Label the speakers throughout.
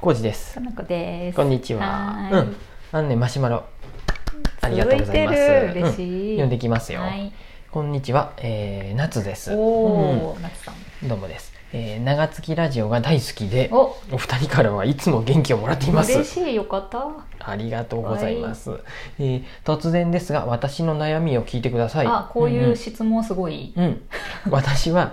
Speaker 1: コウジです
Speaker 2: か。なこです。
Speaker 1: こんにちは。
Speaker 2: ー
Speaker 1: う
Speaker 2: い
Speaker 1: ん。あのねマシュマロありがとうございます。
Speaker 2: 続いてる嬉
Speaker 1: うん
Speaker 2: しい。
Speaker 1: 読んできますよ。
Speaker 2: はい。
Speaker 1: こんにちは、えー、夏です。
Speaker 2: おお、夏さん。
Speaker 1: うんどうもです。えー、長月ラジオが大好きで、
Speaker 2: お、
Speaker 1: お二人からはいつも元気をもらっていま
Speaker 2: 嬉
Speaker 1: す。
Speaker 2: しいよかった。
Speaker 1: ありがとうございます。えー、突然ですが、私の悩みを聞いてください。
Speaker 2: あ、こうい
Speaker 1: ん
Speaker 2: うん質問すごい。
Speaker 1: うん、私は、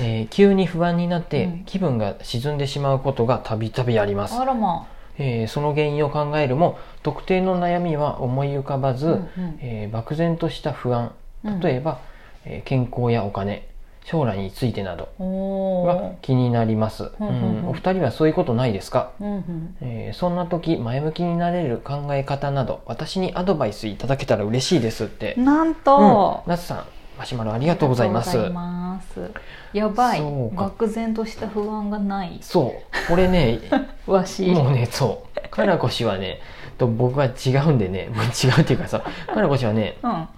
Speaker 1: えー急に不安になって、
Speaker 2: うん
Speaker 1: 気分が沈んでしまうことがたびたびあります、
Speaker 2: あらま
Speaker 1: えーその原因を考えるも特定の悩みは思い浮かばず、
Speaker 2: あ。うん
Speaker 1: えー漠然とした不安
Speaker 2: うん
Speaker 1: 例えば、えー健康やお金将来についてなど
Speaker 2: お
Speaker 1: が
Speaker 2: お。
Speaker 1: 気になります、
Speaker 2: うんうんうん
Speaker 1: うんお二人はそういうことないですか、
Speaker 2: うんうん。
Speaker 1: えーそんな時前向きになれる考え方など私にアドバイスいただけたら嬉しいですって、
Speaker 2: なん
Speaker 1: うん
Speaker 2: と。
Speaker 1: ナツさんマシュマロあり
Speaker 2: あ
Speaker 1: がとうございま
Speaker 2: りがと
Speaker 1: す
Speaker 2: うございますやばい。
Speaker 1: そうか
Speaker 2: 愕然とした不安がない。
Speaker 1: そうこれ ね
Speaker 2: わし。
Speaker 1: もうねそうかなこ氏はねと僕は違うんでねもう違うっていうかさかなこ氏はね
Speaker 2: うん。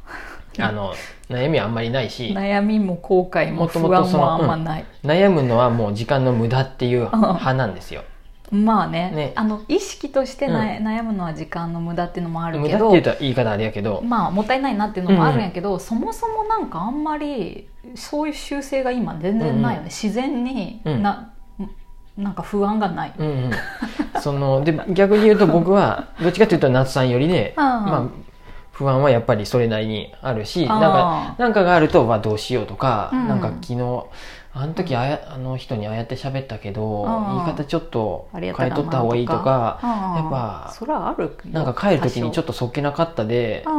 Speaker 1: あの悩みはあんまりないし
Speaker 2: 悩みも後悔も
Speaker 1: もとも
Speaker 2: 不
Speaker 1: と
Speaker 2: 安
Speaker 1: そ
Speaker 2: も
Speaker 1: の
Speaker 2: あんまない。
Speaker 1: 悩むのはもう時間の無駄っていう派なんですよ
Speaker 2: まあね
Speaker 1: ね
Speaker 2: あの意識としてな、悩むのは時間の無駄っていうのもある
Speaker 1: 無
Speaker 2: け
Speaker 1: 駄って
Speaker 2: ど
Speaker 1: 言うと言い方あれやけど
Speaker 2: まあもったいないなっていうのもあるんやけど、そもそもなんかあんまりそういう習性が今全然ない
Speaker 1: う
Speaker 2: よね、
Speaker 1: んうん
Speaker 2: 自然に
Speaker 1: うん
Speaker 2: な,、なんか不安がない、
Speaker 1: うんうんそので逆に言うと僕は どっちかっていうと夏さんよりね
Speaker 2: うんうん
Speaker 1: まあ不安はやっぱりそれなりにあるしなんか
Speaker 2: あー
Speaker 1: なんかがあると、まあ、どうしようとか、
Speaker 2: うん
Speaker 1: なんか昨日あの時あや、あの人にああやって喋ったけど、
Speaker 2: うん
Speaker 1: 言い方ちょっと
Speaker 2: あ
Speaker 1: 変
Speaker 2: れ
Speaker 1: え
Speaker 2: やったな
Speaker 1: とった方がいいとか
Speaker 2: うん
Speaker 1: やっぱ
Speaker 2: そらある
Speaker 1: なんか帰る時にちょ
Speaker 2: っ
Speaker 1: っとそっけなかったで
Speaker 2: と、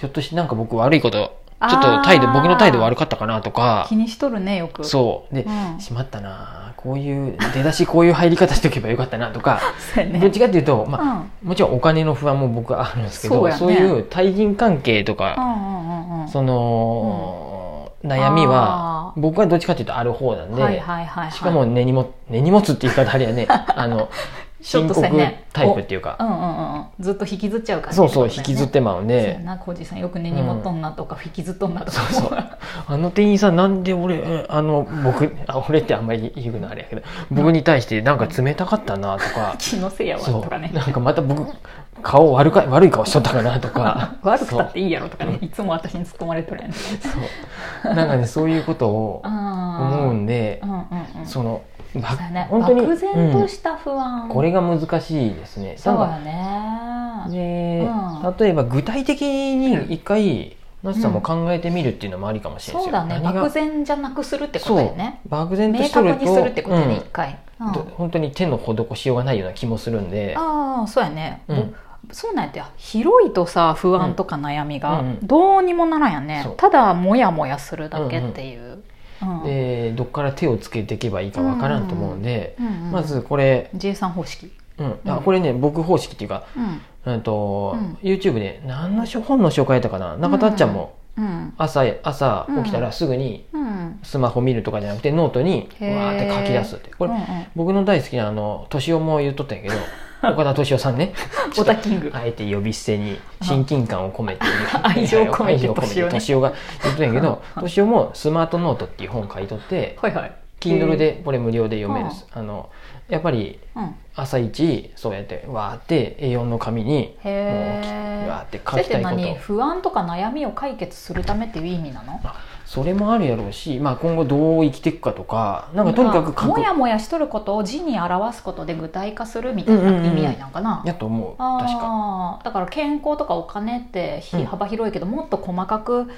Speaker 1: ひょっとしてなんか僕悪いことちょっ
Speaker 2: あ
Speaker 1: と
Speaker 2: ー
Speaker 1: 態度僕の態度悪かったかなとか
Speaker 2: 気にしとるねよく
Speaker 1: そうで、
Speaker 2: うん
Speaker 1: しまったなこういう出だしこういう入り方しておけばよかったなとか、
Speaker 2: そう やね
Speaker 1: どっちかっていうと、まあ
Speaker 2: うんうん
Speaker 1: もちろんお金の不安も僕はあるんですけど
Speaker 2: そ
Speaker 1: そうう,、
Speaker 2: やね
Speaker 1: いう対人関係と
Speaker 2: う
Speaker 1: か、
Speaker 2: んうんうん
Speaker 1: その、悩みは
Speaker 2: あー
Speaker 1: 僕はどっちかっていうとある方なんで、
Speaker 2: はいはいはいはい
Speaker 1: しかも根にも根に持つって言い方あれやねあの
Speaker 2: ちょ
Speaker 1: 深
Speaker 2: っと
Speaker 1: 刻
Speaker 2: そうやね
Speaker 1: タイプっていうか、
Speaker 2: うんうんうんうんずっと引きずっちゃう感じ
Speaker 1: そうそう引きずっ
Speaker 2: って
Speaker 1: まうん
Speaker 2: そうや
Speaker 1: で、
Speaker 2: なコージさんよく根に持っとんなとか、引きずっとんなとか
Speaker 1: そうそうあの店員さんなんで俺えあの僕あ俺ってあんまり言うのあれやけど僕に対してなんか冷たかったなとか。
Speaker 2: 気のせいやわ
Speaker 1: そ
Speaker 2: と
Speaker 1: う
Speaker 2: かね
Speaker 1: なんかまた僕顔悪か悪い顔しとったかなとか
Speaker 2: 悪くたって
Speaker 1: い
Speaker 2: いいやろとかねいつも私に突っ込まれとるやん
Speaker 1: そうなんかねそういうことを思
Speaker 2: 思
Speaker 1: うんで
Speaker 2: うんうんうん
Speaker 1: そのば
Speaker 2: そうやね
Speaker 1: 本当に、
Speaker 2: 漠然と
Speaker 1: う
Speaker 2: した不安
Speaker 1: んこれが難しいですね
Speaker 2: そ
Speaker 1: なん
Speaker 2: う
Speaker 1: か
Speaker 2: やね
Speaker 1: で、
Speaker 2: うん
Speaker 1: 例えば具体的に一回なつさんも考えてみるっていうのもありかもしれない
Speaker 2: そ
Speaker 1: で
Speaker 2: う
Speaker 1: すよ
Speaker 2: だね
Speaker 1: 何が
Speaker 2: 漠然じゃなくするってことだよね
Speaker 1: そう漠然と
Speaker 2: 明
Speaker 1: しと
Speaker 2: 確
Speaker 1: る
Speaker 2: に
Speaker 1: と
Speaker 2: するってこと
Speaker 1: う
Speaker 2: ね
Speaker 1: ん
Speaker 2: 一回うん
Speaker 1: と本当に手の施しようがないような気もするんで
Speaker 2: ああそうやね
Speaker 1: うん
Speaker 2: そうなんやって広いとさ不安とか悩みが
Speaker 1: うんうん
Speaker 2: どうにもならんやんね
Speaker 1: そう
Speaker 2: ただモヤモヤするだけっていううん
Speaker 1: でどっから手をつけていけばいいかわからんと思うんで、
Speaker 2: うんうん
Speaker 1: まずこれ、
Speaker 2: J3 方式
Speaker 1: うん
Speaker 2: う
Speaker 1: あ
Speaker 2: ん
Speaker 1: これね僕方式っていうか、
Speaker 2: うん
Speaker 1: うんと
Speaker 2: うん
Speaker 1: YouTube で何の書本の紹介やったかな中田っちゃんも
Speaker 2: うん
Speaker 1: 朝朝起きた
Speaker 2: う
Speaker 1: らすぐに
Speaker 2: うん
Speaker 1: スマホ見るとかじゃなくてノートにわ
Speaker 2: へー
Speaker 1: ーって書き出すってこれ、
Speaker 2: うんうん
Speaker 1: 僕の大好きなあの敏夫も言っとった んやけど岡田敏夫さんね
Speaker 2: オタキング
Speaker 1: あえて呼び捨てに親近感を込めて
Speaker 2: 愛情を込め
Speaker 1: 愛
Speaker 2: て
Speaker 1: 情を込め
Speaker 2: 敏夫ね
Speaker 1: 敏夫が言っとったんやけ ど敏夫も「スマートノート」っていう本書いとって
Speaker 2: はいはい
Speaker 1: Kindle、でこれ無料で読めるんですあのやっぱり
Speaker 2: うん、へ
Speaker 1: 朝一そうやってわーって A4 の紙にもうき
Speaker 2: え
Speaker 1: わーって書きたいこと
Speaker 2: 何不安とか悩みを解決するためっていう意味なの
Speaker 1: まあそれもあるやろうし、まあ、今後どう生きていくかとかなんかとにかく
Speaker 2: あ
Speaker 1: 書
Speaker 2: も
Speaker 1: く
Speaker 2: やもやしとることを字に表すことで具体化するみたい
Speaker 1: うんうんう
Speaker 2: なん意味合いなんかな、
Speaker 1: やと思う確か
Speaker 2: あーだから健康とかお金ってひ
Speaker 1: うん
Speaker 2: 幅広いけど、もっと細かく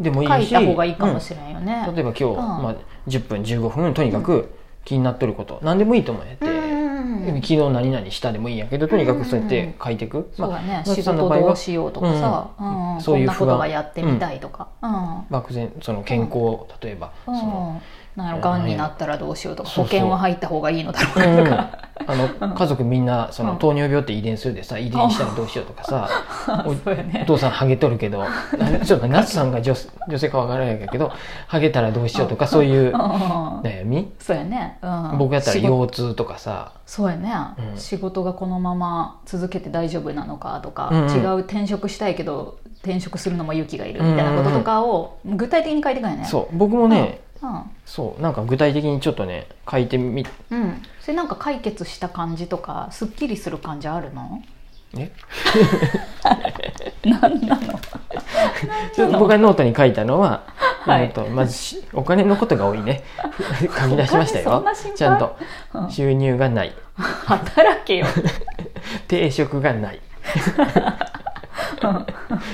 Speaker 1: でもいい
Speaker 2: 書い
Speaker 1: した
Speaker 2: 方がいいかも
Speaker 1: れ
Speaker 2: しれんよね、
Speaker 1: 例えば今日、まあ、10分15分とにか
Speaker 2: う
Speaker 1: く気になっとること、何でもいいと思うやって、
Speaker 2: うんうん
Speaker 1: 昨日何々したでもいいんやけどとにかくそうやって書いていく、
Speaker 2: そうだね、
Speaker 1: まあ
Speaker 2: 仕事どうしようとかさ、
Speaker 1: う
Speaker 2: うん
Speaker 1: うん
Speaker 2: んうん
Speaker 1: そういう
Speaker 2: こん
Speaker 1: 不
Speaker 2: なこ
Speaker 1: 安
Speaker 2: とがやってみたいとか、うん
Speaker 1: 漠然その健康、例えば、
Speaker 2: うん
Speaker 1: その
Speaker 2: なんやろがんになったらどうしようとか
Speaker 1: そうそう
Speaker 2: 保険は入った方がいいのだろう
Speaker 1: う
Speaker 2: か
Speaker 1: ん
Speaker 2: とか、
Speaker 1: あの家族みんなその
Speaker 2: うん
Speaker 1: 糖尿病って遺伝するでさ遺伝したらどうしようとかさ お
Speaker 2: そうやね
Speaker 1: お父さんハゲとるけど なちょっとナツさんが女女性かわからないけどハゲたらどうしようとかそういう
Speaker 2: うん
Speaker 1: 悩み
Speaker 2: そうやね、うん、
Speaker 1: 僕やったら
Speaker 2: 仕事
Speaker 1: 腰痛とかさ
Speaker 2: そうやね、
Speaker 1: うん
Speaker 2: 仕事がこのまま続けて大丈夫なのかとか、
Speaker 1: うんうん
Speaker 2: 違う転職したいけど転職するのも勇気がいるみたいなこととかを具体的に書いていかないね
Speaker 1: そう僕もね、
Speaker 2: うん
Speaker 1: そうなんか具体的にちょっとね書いてみ
Speaker 2: うん、うん、それなんか解決した感じとかすっきりする感じあるの
Speaker 1: え
Speaker 2: 何なの
Speaker 1: ちょっと僕がノートに書いたのは、
Speaker 2: はい
Speaker 1: えっとまずしお金のことが多い ね書き出しました
Speaker 2: お
Speaker 1: よ
Speaker 2: 金そんな心配
Speaker 1: ちゃんと
Speaker 2: うん
Speaker 1: 収入がない
Speaker 2: 働けよ、
Speaker 1: 定職がない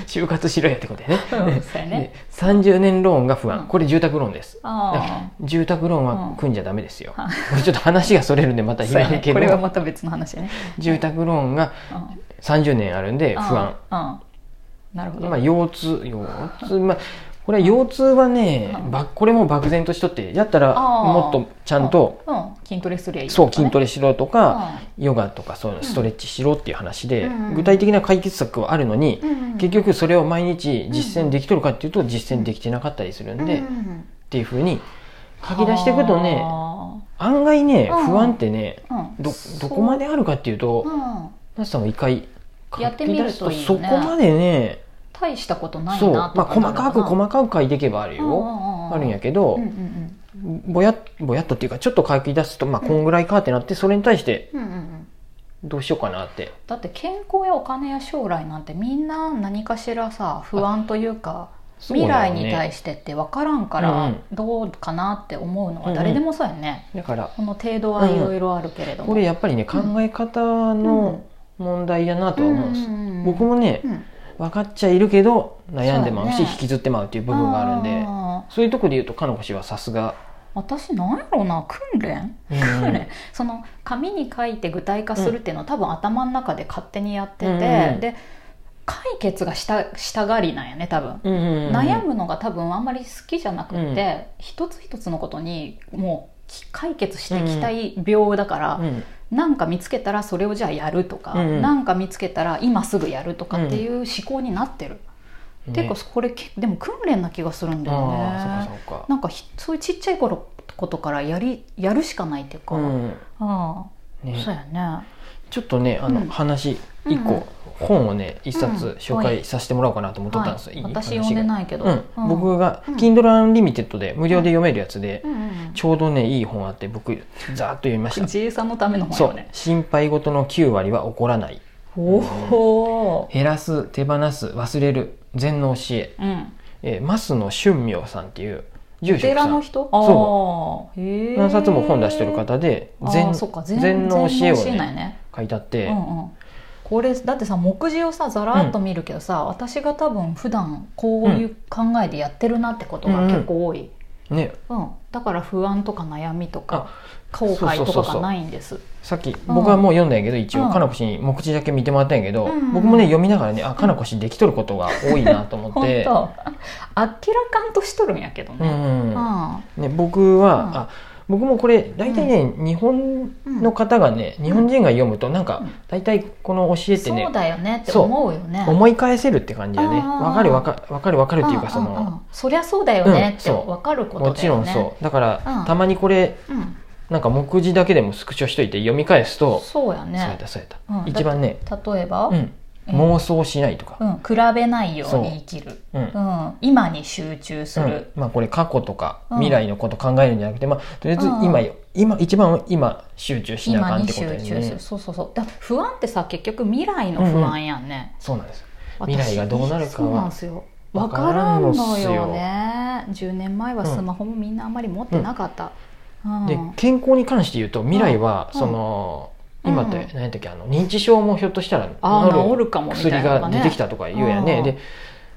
Speaker 1: 就活しろやってことやね
Speaker 2: うん、そうやね
Speaker 1: で30年ローンが不安、
Speaker 2: うん
Speaker 1: これ住宅ローンです
Speaker 2: あ
Speaker 1: 住宅ローンは組んじゃダメですよ、
Speaker 2: うん
Speaker 1: これちょっと話がそれるんでま
Speaker 2: あ
Speaker 1: た
Speaker 2: そう
Speaker 1: 言わ
Speaker 2: や
Speaker 1: な
Speaker 2: ね
Speaker 1: いけ
Speaker 2: こ
Speaker 1: ど、
Speaker 2: れはまた別の話やね
Speaker 1: 住宅ローンが
Speaker 2: うん
Speaker 1: 30年あるんで不安、
Speaker 2: 安うんなるほど、
Speaker 1: まあ、腰痛腰痛まあこれは腰痛はね、
Speaker 2: うん
Speaker 1: ばこれも漠然としとってやったら
Speaker 2: あー
Speaker 1: もっとちゃんと、
Speaker 2: うん、筋トレすりゃいいとか
Speaker 1: そ
Speaker 2: ね、
Speaker 1: う筋トレしろと
Speaker 2: うん、
Speaker 1: か、ヨガとかそういうのストレッチしろっていう話で、
Speaker 2: うんうん
Speaker 1: 具体的な解決策はあるのに、
Speaker 2: うんうん、
Speaker 1: 結局それを毎日実践できとるかっていうと実践できてなかったりするんで、っ
Speaker 2: うん
Speaker 1: ていうふうに書き出していくとね
Speaker 2: あ
Speaker 1: 案外ね
Speaker 2: うん
Speaker 1: 不安ってね
Speaker 2: ーうん
Speaker 1: ど
Speaker 2: そう
Speaker 1: どこまであるかっていうと
Speaker 2: うん、
Speaker 1: ナスさんも一回書
Speaker 2: やって
Speaker 1: き
Speaker 2: み
Speaker 1: 出
Speaker 2: る
Speaker 1: すと
Speaker 2: といい
Speaker 1: そ
Speaker 2: よ
Speaker 1: こ
Speaker 2: ね
Speaker 1: までね
Speaker 2: 大したことないな
Speaker 1: そう、
Speaker 2: と
Speaker 1: まあ、細かく細かく書いていけばあるよ、あ
Speaker 2: あ
Speaker 1: るんやけ
Speaker 2: ど
Speaker 1: ど
Speaker 2: うんう、ん
Speaker 1: ぼやぼやっとっていうかちょっと書き出すと、まあ、こんぐらいかってなってそれに対して
Speaker 2: うんうんうんうん
Speaker 1: どうしようかなって
Speaker 2: だって健康やお金や将来なんてみんな何かしらさ不安というか未来に対
Speaker 1: して
Speaker 2: してって分からんか
Speaker 1: う
Speaker 2: ら
Speaker 1: ん
Speaker 2: どうかなって思うのは誰でもそうやね、
Speaker 1: だから
Speaker 2: この程度はいろいろあるけれども、
Speaker 1: これやっぱりね考
Speaker 2: うん
Speaker 1: え方の問題だなとは思うんです、
Speaker 2: うんうんうん
Speaker 1: 僕もね
Speaker 2: うん
Speaker 1: 分かっちゃいるけど悩んでまうし
Speaker 2: そうやね
Speaker 1: 引きずってまうっていう部分があるんで
Speaker 2: あー
Speaker 1: そういうとこで言うとかのこ氏はさすが、
Speaker 2: 私なんやろうな訓練
Speaker 1: うん
Speaker 2: 訓練その紙に書いて具体化するっていうのは、多分頭の中で勝手にやってて、
Speaker 1: うんうん
Speaker 2: で解決がしたしたがりなんやね多分、
Speaker 1: うんうんうん
Speaker 2: 悩むのが多分あんまり好きじゃなくって、一つ一つのことにもうき解決していきたい病だから、
Speaker 1: うん
Speaker 2: なんか見つけたらそれをじゃあやるとか、
Speaker 1: うんうん
Speaker 2: なんか見つけたら今すぐやるとかっていう思考になってる、
Speaker 1: ね
Speaker 2: 結構これけでも訓練な気がするんだよね
Speaker 1: ああそっかそっか
Speaker 2: なんかひそういうちっちゃい頃ことからやりやるしかないっていうか、
Speaker 1: うん
Speaker 2: ああ、
Speaker 1: ね
Speaker 2: そうやね
Speaker 1: ちょっとねあの、
Speaker 2: うん
Speaker 1: 話
Speaker 2: うん
Speaker 1: 一個、本をね一冊
Speaker 2: うん
Speaker 1: 紹介させてもらおうかなと思っとったんですよ、
Speaker 2: はい
Speaker 1: いい話が
Speaker 2: 私読んでないけど、
Speaker 1: うん
Speaker 2: うん
Speaker 1: 僕が
Speaker 2: うん
Speaker 1: Kindle Unlimited で無料で読めるやつで、
Speaker 2: うんうん
Speaker 1: ちょうどねいい本あって僕ざーっと読みまし
Speaker 2: う
Speaker 1: た
Speaker 2: ん、自衛さんのための本
Speaker 1: そ
Speaker 2: よ
Speaker 1: う
Speaker 2: ね
Speaker 1: 心配事の9割は起こらない
Speaker 2: おお、
Speaker 1: 減らす手放す忘れる禅の教え
Speaker 2: うん、
Speaker 1: えー、マスの春明さんっていう住
Speaker 2: お
Speaker 1: 職
Speaker 2: 寺
Speaker 1: さ
Speaker 2: の
Speaker 1: ん
Speaker 2: 人
Speaker 1: そ
Speaker 2: ああへえ
Speaker 1: 何冊も本出してる方で
Speaker 2: ああ
Speaker 1: 禅
Speaker 2: そっか
Speaker 1: 禅の教えを
Speaker 2: 禅のなん
Speaker 1: ね
Speaker 2: やね
Speaker 1: 書いてあって、
Speaker 2: うんうん、これだってさ目次をさざらっと見るけどさ、私が多分普段こういう考えでやってるなってことが結構多い、
Speaker 1: ね
Speaker 2: うんだから不安とか悩みとか
Speaker 1: あ
Speaker 2: 後悔
Speaker 1: そ
Speaker 2: と
Speaker 1: うそう
Speaker 2: か
Speaker 1: そう
Speaker 2: がないんです
Speaker 1: さっき僕はもう読んだんやけど一応
Speaker 2: うん
Speaker 1: かなこ氏に目次だけ見てもらったんやけど、
Speaker 2: うんうん
Speaker 1: 僕もね読みながらねあかなこ氏できとることが多いなと思っ
Speaker 2: 本当
Speaker 1: て
Speaker 2: 明らかんとしとるんやけど
Speaker 1: う
Speaker 2: ね、
Speaker 1: ん、
Speaker 2: あ
Speaker 1: ね、僕は、
Speaker 2: うん
Speaker 1: あ僕もこれ大体ね、日本の方がね、日本人が読むとなんか
Speaker 2: うん
Speaker 1: 大体この教えてね
Speaker 2: そう、だよねって思うよね
Speaker 1: 思い返せるって感じだよね
Speaker 2: あー
Speaker 1: わかるわかわかるわかるっていう
Speaker 2: うん
Speaker 1: かそ
Speaker 2: うんう
Speaker 1: の
Speaker 2: んそりゃそうだよねって
Speaker 1: うんそう
Speaker 2: 分かること
Speaker 1: も
Speaker 2: だ
Speaker 1: ち
Speaker 2: よね、
Speaker 1: ろんそうだから、
Speaker 2: うん
Speaker 1: たまにこれ
Speaker 2: うん、
Speaker 1: なんか目次だけでもスクショしといて読み返すと、
Speaker 2: そうや
Speaker 1: そうやっ
Speaker 2: ね
Speaker 1: たそうやった、
Speaker 2: うん
Speaker 1: 一番ね、
Speaker 2: 例えば、
Speaker 1: うん、
Speaker 2: えー
Speaker 1: 妄想しないとか、
Speaker 2: うん、比べないように生きる
Speaker 1: うん
Speaker 2: うん、今に集中す
Speaker 1: うん
Speaker 2: る、
Speaker 1: まあ、これ過去とか
Speaker 2: うん
Speaker 1: 未来のこと考えるんじゃなくて、まあ、とりあえず今よ、今一番は今集中しなあか
Speaker 2: 今
Speaker 1: んっ
Speaker 2: に
Speaker 1: てこと
Speaker 2: 集
Speaker 1: です
Speaker 2: 中す
Speaker 1: ね
Speaker 2: るそうそうそうだから不安ってさ結局未来の不安やんね、
Speaker 1: そうなんです
Speaker 2: 私
Speaker 1: 未来がどうなるかは
Speaker 2: そうなんですよ
Speaker 1: わ
Speaker 2: わ
Speaker 1: か
Speaker 2: から
Speaker 1: らん
Speaker 2: ん
Speaker 1: のっすよ
Speaker 2: のよね10年前はスマホもみんなあんまり持ってなかった、うん
Speaker 1: で健康に関して言うと未来は
Speaker 2: うん
Speaker 1: その、
Speaker 2: うん
Speaker 1: 今って
Speaker 2: うん
Speaker 1: 何やったっけあの認知症もひょっとしたら
Speaker 2: ああ
Speaker 1: 治
Speaker 2: 治
Speaker 1: る
Speaker 2: るかもみたい
Speaker 1: 薬
Speaker 2: なの
Speaker 1: が
Speaker 2: ね
Speaker 1: 出てきたとか言うやんね
Speaker 2: うん
Speaker 1: で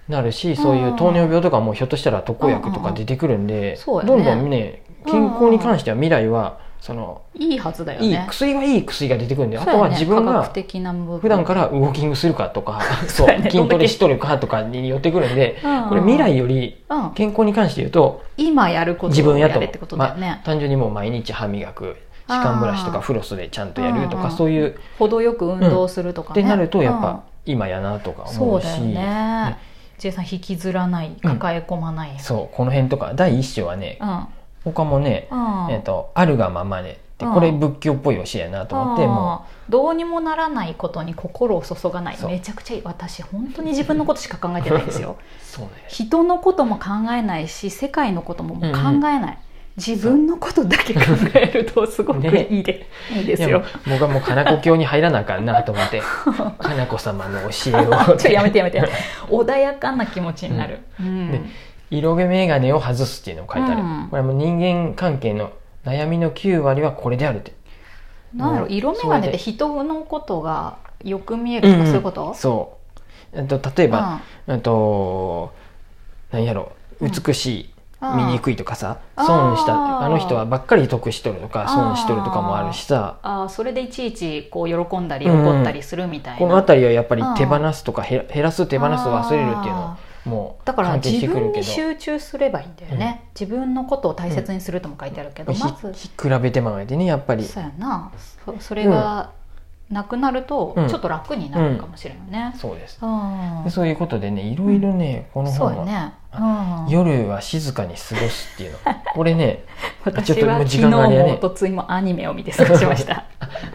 Speaker 1: なるしそういう糖尿病とかもひょっとしたら特効薬と
Speaker 2: うんう
Speaker 1: か
Speaker 2: ん
Speaker 1: 出てくるんで、
Speaker 2: そうやね
Speaker 1: どんどんね健康に関しては未来はその
Speaker 2: いいはずだよね
Speaker 1: いい薬はいい薬が出てくるんで、あ
Speaker 2: そうやね
Speaker 1: とは自分
Speaker 2: 科
Speaker 1: が
Speaker 2: 学的な部分
Speaker 1: 普段からウォーキングするかと か、そう
Speaker 2: うやね
Speaker 1: 筋トレしとるかとかに寄ってくるんで、
Speaker 2: うん
Speaker 1: これ未来より
Speaker 2: うん、
Speaker 1: 健康に関して言うと
Speaker 2: 今やること
Speaker 1: 自分
Speaker 2: を
Speaker 1: や
Speaker 2: や
Speaker 1: と
Speaker 2: れってことだよね
Speaker 1: ま、単純にもう毎日歯磨く歯間ブラシとか
Speaker 2: あー
Speaker 1: フロスでちゃんとやると
Speaker 2: うん
Speaker 1: か
Speaker 2: うん
Speaker 1: そういう
Speaker 2: 程よく運動するとか
Speaker 1: っ
Speaker 2: ね、
Speaker 1: てなるとやっ
Speaker 2: うん
Speaker 1: ぱ今やなとか思
Speaker 2: そううだ
Speaker 1: し
Speaker 2: よね。J さん引きずらない、抱え込まない。
Speaker 1: そうこの辺とか第一章はね
Speaker 2: うん。
Speaker 1: 他もね
Speaker 2: うん。
Speaker 1: えっとあるがままでって
Speaker 2: うん
Speaker 1: これ仏教っぽい教えやなと思っても
Speaker 2: うんどうにもならないことに心を注がない
Speaker 1: そう
Speaker 2: めちゃくちゃいい私本当に自分のことし か考えてないんですよ
Speaker 1: うそうね
Speaker 2: 人のことも考えないし世界のことももう考えない、自分のことだけ考えるとすごく
Speaker 1: ね
Speaker 2: いいで、いいで
Speaker 1: い
Speaker 2: す
Speaker 1: やも
Speaker 2: よ
Speaker 1: う。僕はもう金子教に入らなあかんなと思って 金子様の教え
Speaker 2: ちょ
Speaker 1: を
Speaker 2: っとやめてやめて。 穏やかな気持ちになる。うん
Speaker 1: ね色気眼鏡を外すっていうのを書いてある、
Speaker 2: うん
Speaker 1: これはもう人間関係の悩みの9割はこれであるって
Speaker 2: なんだろう
Speaker 1: もう
Speaker 2: 色眼鏡って人のことがよく見えるとかそういうこと、
Speaker 1: そう、えっと、例え
Speaker 2: うん
Speaker 1: ば、えっと何やろ美しい、
Speaker 2: うん
Speaker 1: 醜いとかさ
Speaker 2: あー
Speaker 1: 損したあの人はばっかり得しとるとか
Speaker 2: あー
Speaker 1: 損しとるとかもあるしさ
Speaker 2: あーそれでいちいちこう喜んだり
Speaker 1: うんうん
Speaker 2: 怒ったりするみたいな、
Speaker 1: この辺りはやっぱり
Speaker 2: うん
Speaker 1: 手放すとかへ減らす手放す忘れるっていうのは
Speaker 2: あ
Speaker 1: もう
Speaker 2: ーだから
Speaker 1: 関係し
Speaker 2: 自
Speaker 1: てくる
Speaker 2: 分
Speaker 1: け
Speaker 2: に
Speaker 1: ど
Speaker 2: 集中すればいいんだよね、自分のことを大切にするとも書いてあるけど、まず
Speaker 1: ひ比べてまえてねやっぱり
Speaker 2: そうやなそそれがなくなると
Speaker 1: うん
Speaker 2: ちょっと楽になるかもしれないね、
Speaker 1: そうです
Speaker 2: うん
Speaker 1: でそういうことでねいろいろねこの
Speaker 2: そう
Speaker 1: 本
Speaker 2: や
Speaker 1: は
Speaker 2: ね、うん、
Speaker 1: 夜は静かに過ごすっていうのこれねちょっ
Speaker 2: 私
Speaker 1: とも
Speaker 2: は
Speaker 1: う
Speaker 2: 昨
Speaker 1: 時
Speaker 2: 日
Speaker 1: 間があれやね
Speaker 2: もおとついもアニメを見て過ごしました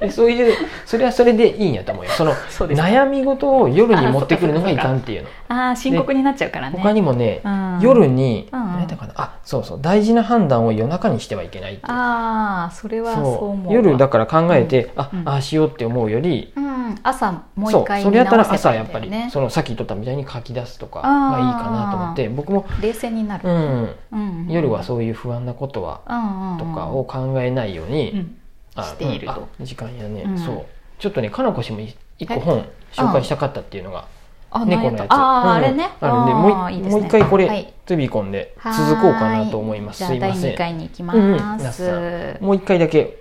Speaker 1: でそういうそれはそれでいいんやと思うよその
Speaker 2: そうです
Speaker 1: 悩み事を夜に持ってくるのがいかんっていうの
Speaker 2: ああ深刻になっちゃうからね
Speaker 1: 他にもね
Speaker 2: うん
Speaker 1: 夜に
Speaker 2: うん
Speaker 1: 何だかなあそうそう大事な判断を夜中にしてはいけないっていう
Speaker 2: ああそれはそう
Speaker 1: そ
Speaker 2: 思
Speaker 1: う
Speaker 2: う
Speaker 1: 夜だ
Speaker 2: か
Speaker 1: から考えてあ
Speaker 2: うん
Speaker 1: ああしようって思うより
Speaker 2: うん朝もう
Speaker 1: そ
Speaker 2: 一
Speaker 1: う
Speaker 2: 回
Speaker 1: そ
Speaker 2: 見
Speaker 1: れやった
Speaker 2: 直
Speaker 1: ら
Speaker 2: せ
Speaker 1: 朝
Speaker 2: ばいい
Speaker 1: や
Speaker 2: ん
Speaker 1: っ
Speaker 2: だ
Speaker 1: ぱ
Speaker 2: よ
Speaker 1: り
Speaker 2: ね
Speaker 1: そのさっき言っとったみたいに書き出すとかがいいかなと思って僕も
Speaker 2: 冷静にな
Speaker 1: う
Speaker 2: る、
Speaker 1: ん
Speaker 2: うんうん
Speaker 1: 夜はそういう不安なことは
Speaker 2: うんうんうん
Speaker 1: とかを考えないように、
Speaker 2: うん
Speaker 1: あ
Speaker 2: していると
Speaker 1: うんあ時間やね、
Speaker 2: うん
Speaker 1: そうちょっとねかのこ氏もい一個
Speaker 2: え
Speaker 1: 本紹介したかったっていうのが
Speaker 2: あ
Speaker 1: 猫の
Speaker 2: 何
Speaker 1: やつ
Speaker 2: あ
Speaker 1: うん
Speaker 2: ああれね
Speaker 1: あるんで
Speaker 2: あー
Speaker 1: もうい
Speaker 2: いいです
Speaker 1: も
Speaker 2: ね
Speaker 1: う一回こ
Speaker 2: は
Speaker 1: れ
Speaker 2: い
Speaker 1: ツビコンで続こうかなと思います
Speaker 2: は
Speaker 1: す
Speaker 2: ー
Speaker 1: いませ
Speaker 2: じゃあ第2
Speaker 1: ん
Speaker 2: 回に行きま
Speaker 1: うんうん那
Speaker 2: す、
Speaker 1: 須さもう一回だけ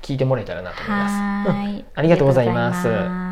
Speaker 1: 聞いてもらえたらなと思います
Speaker 2: はーい
Speaker 1: ありがとうございます
Speaker 2: ありがとうございます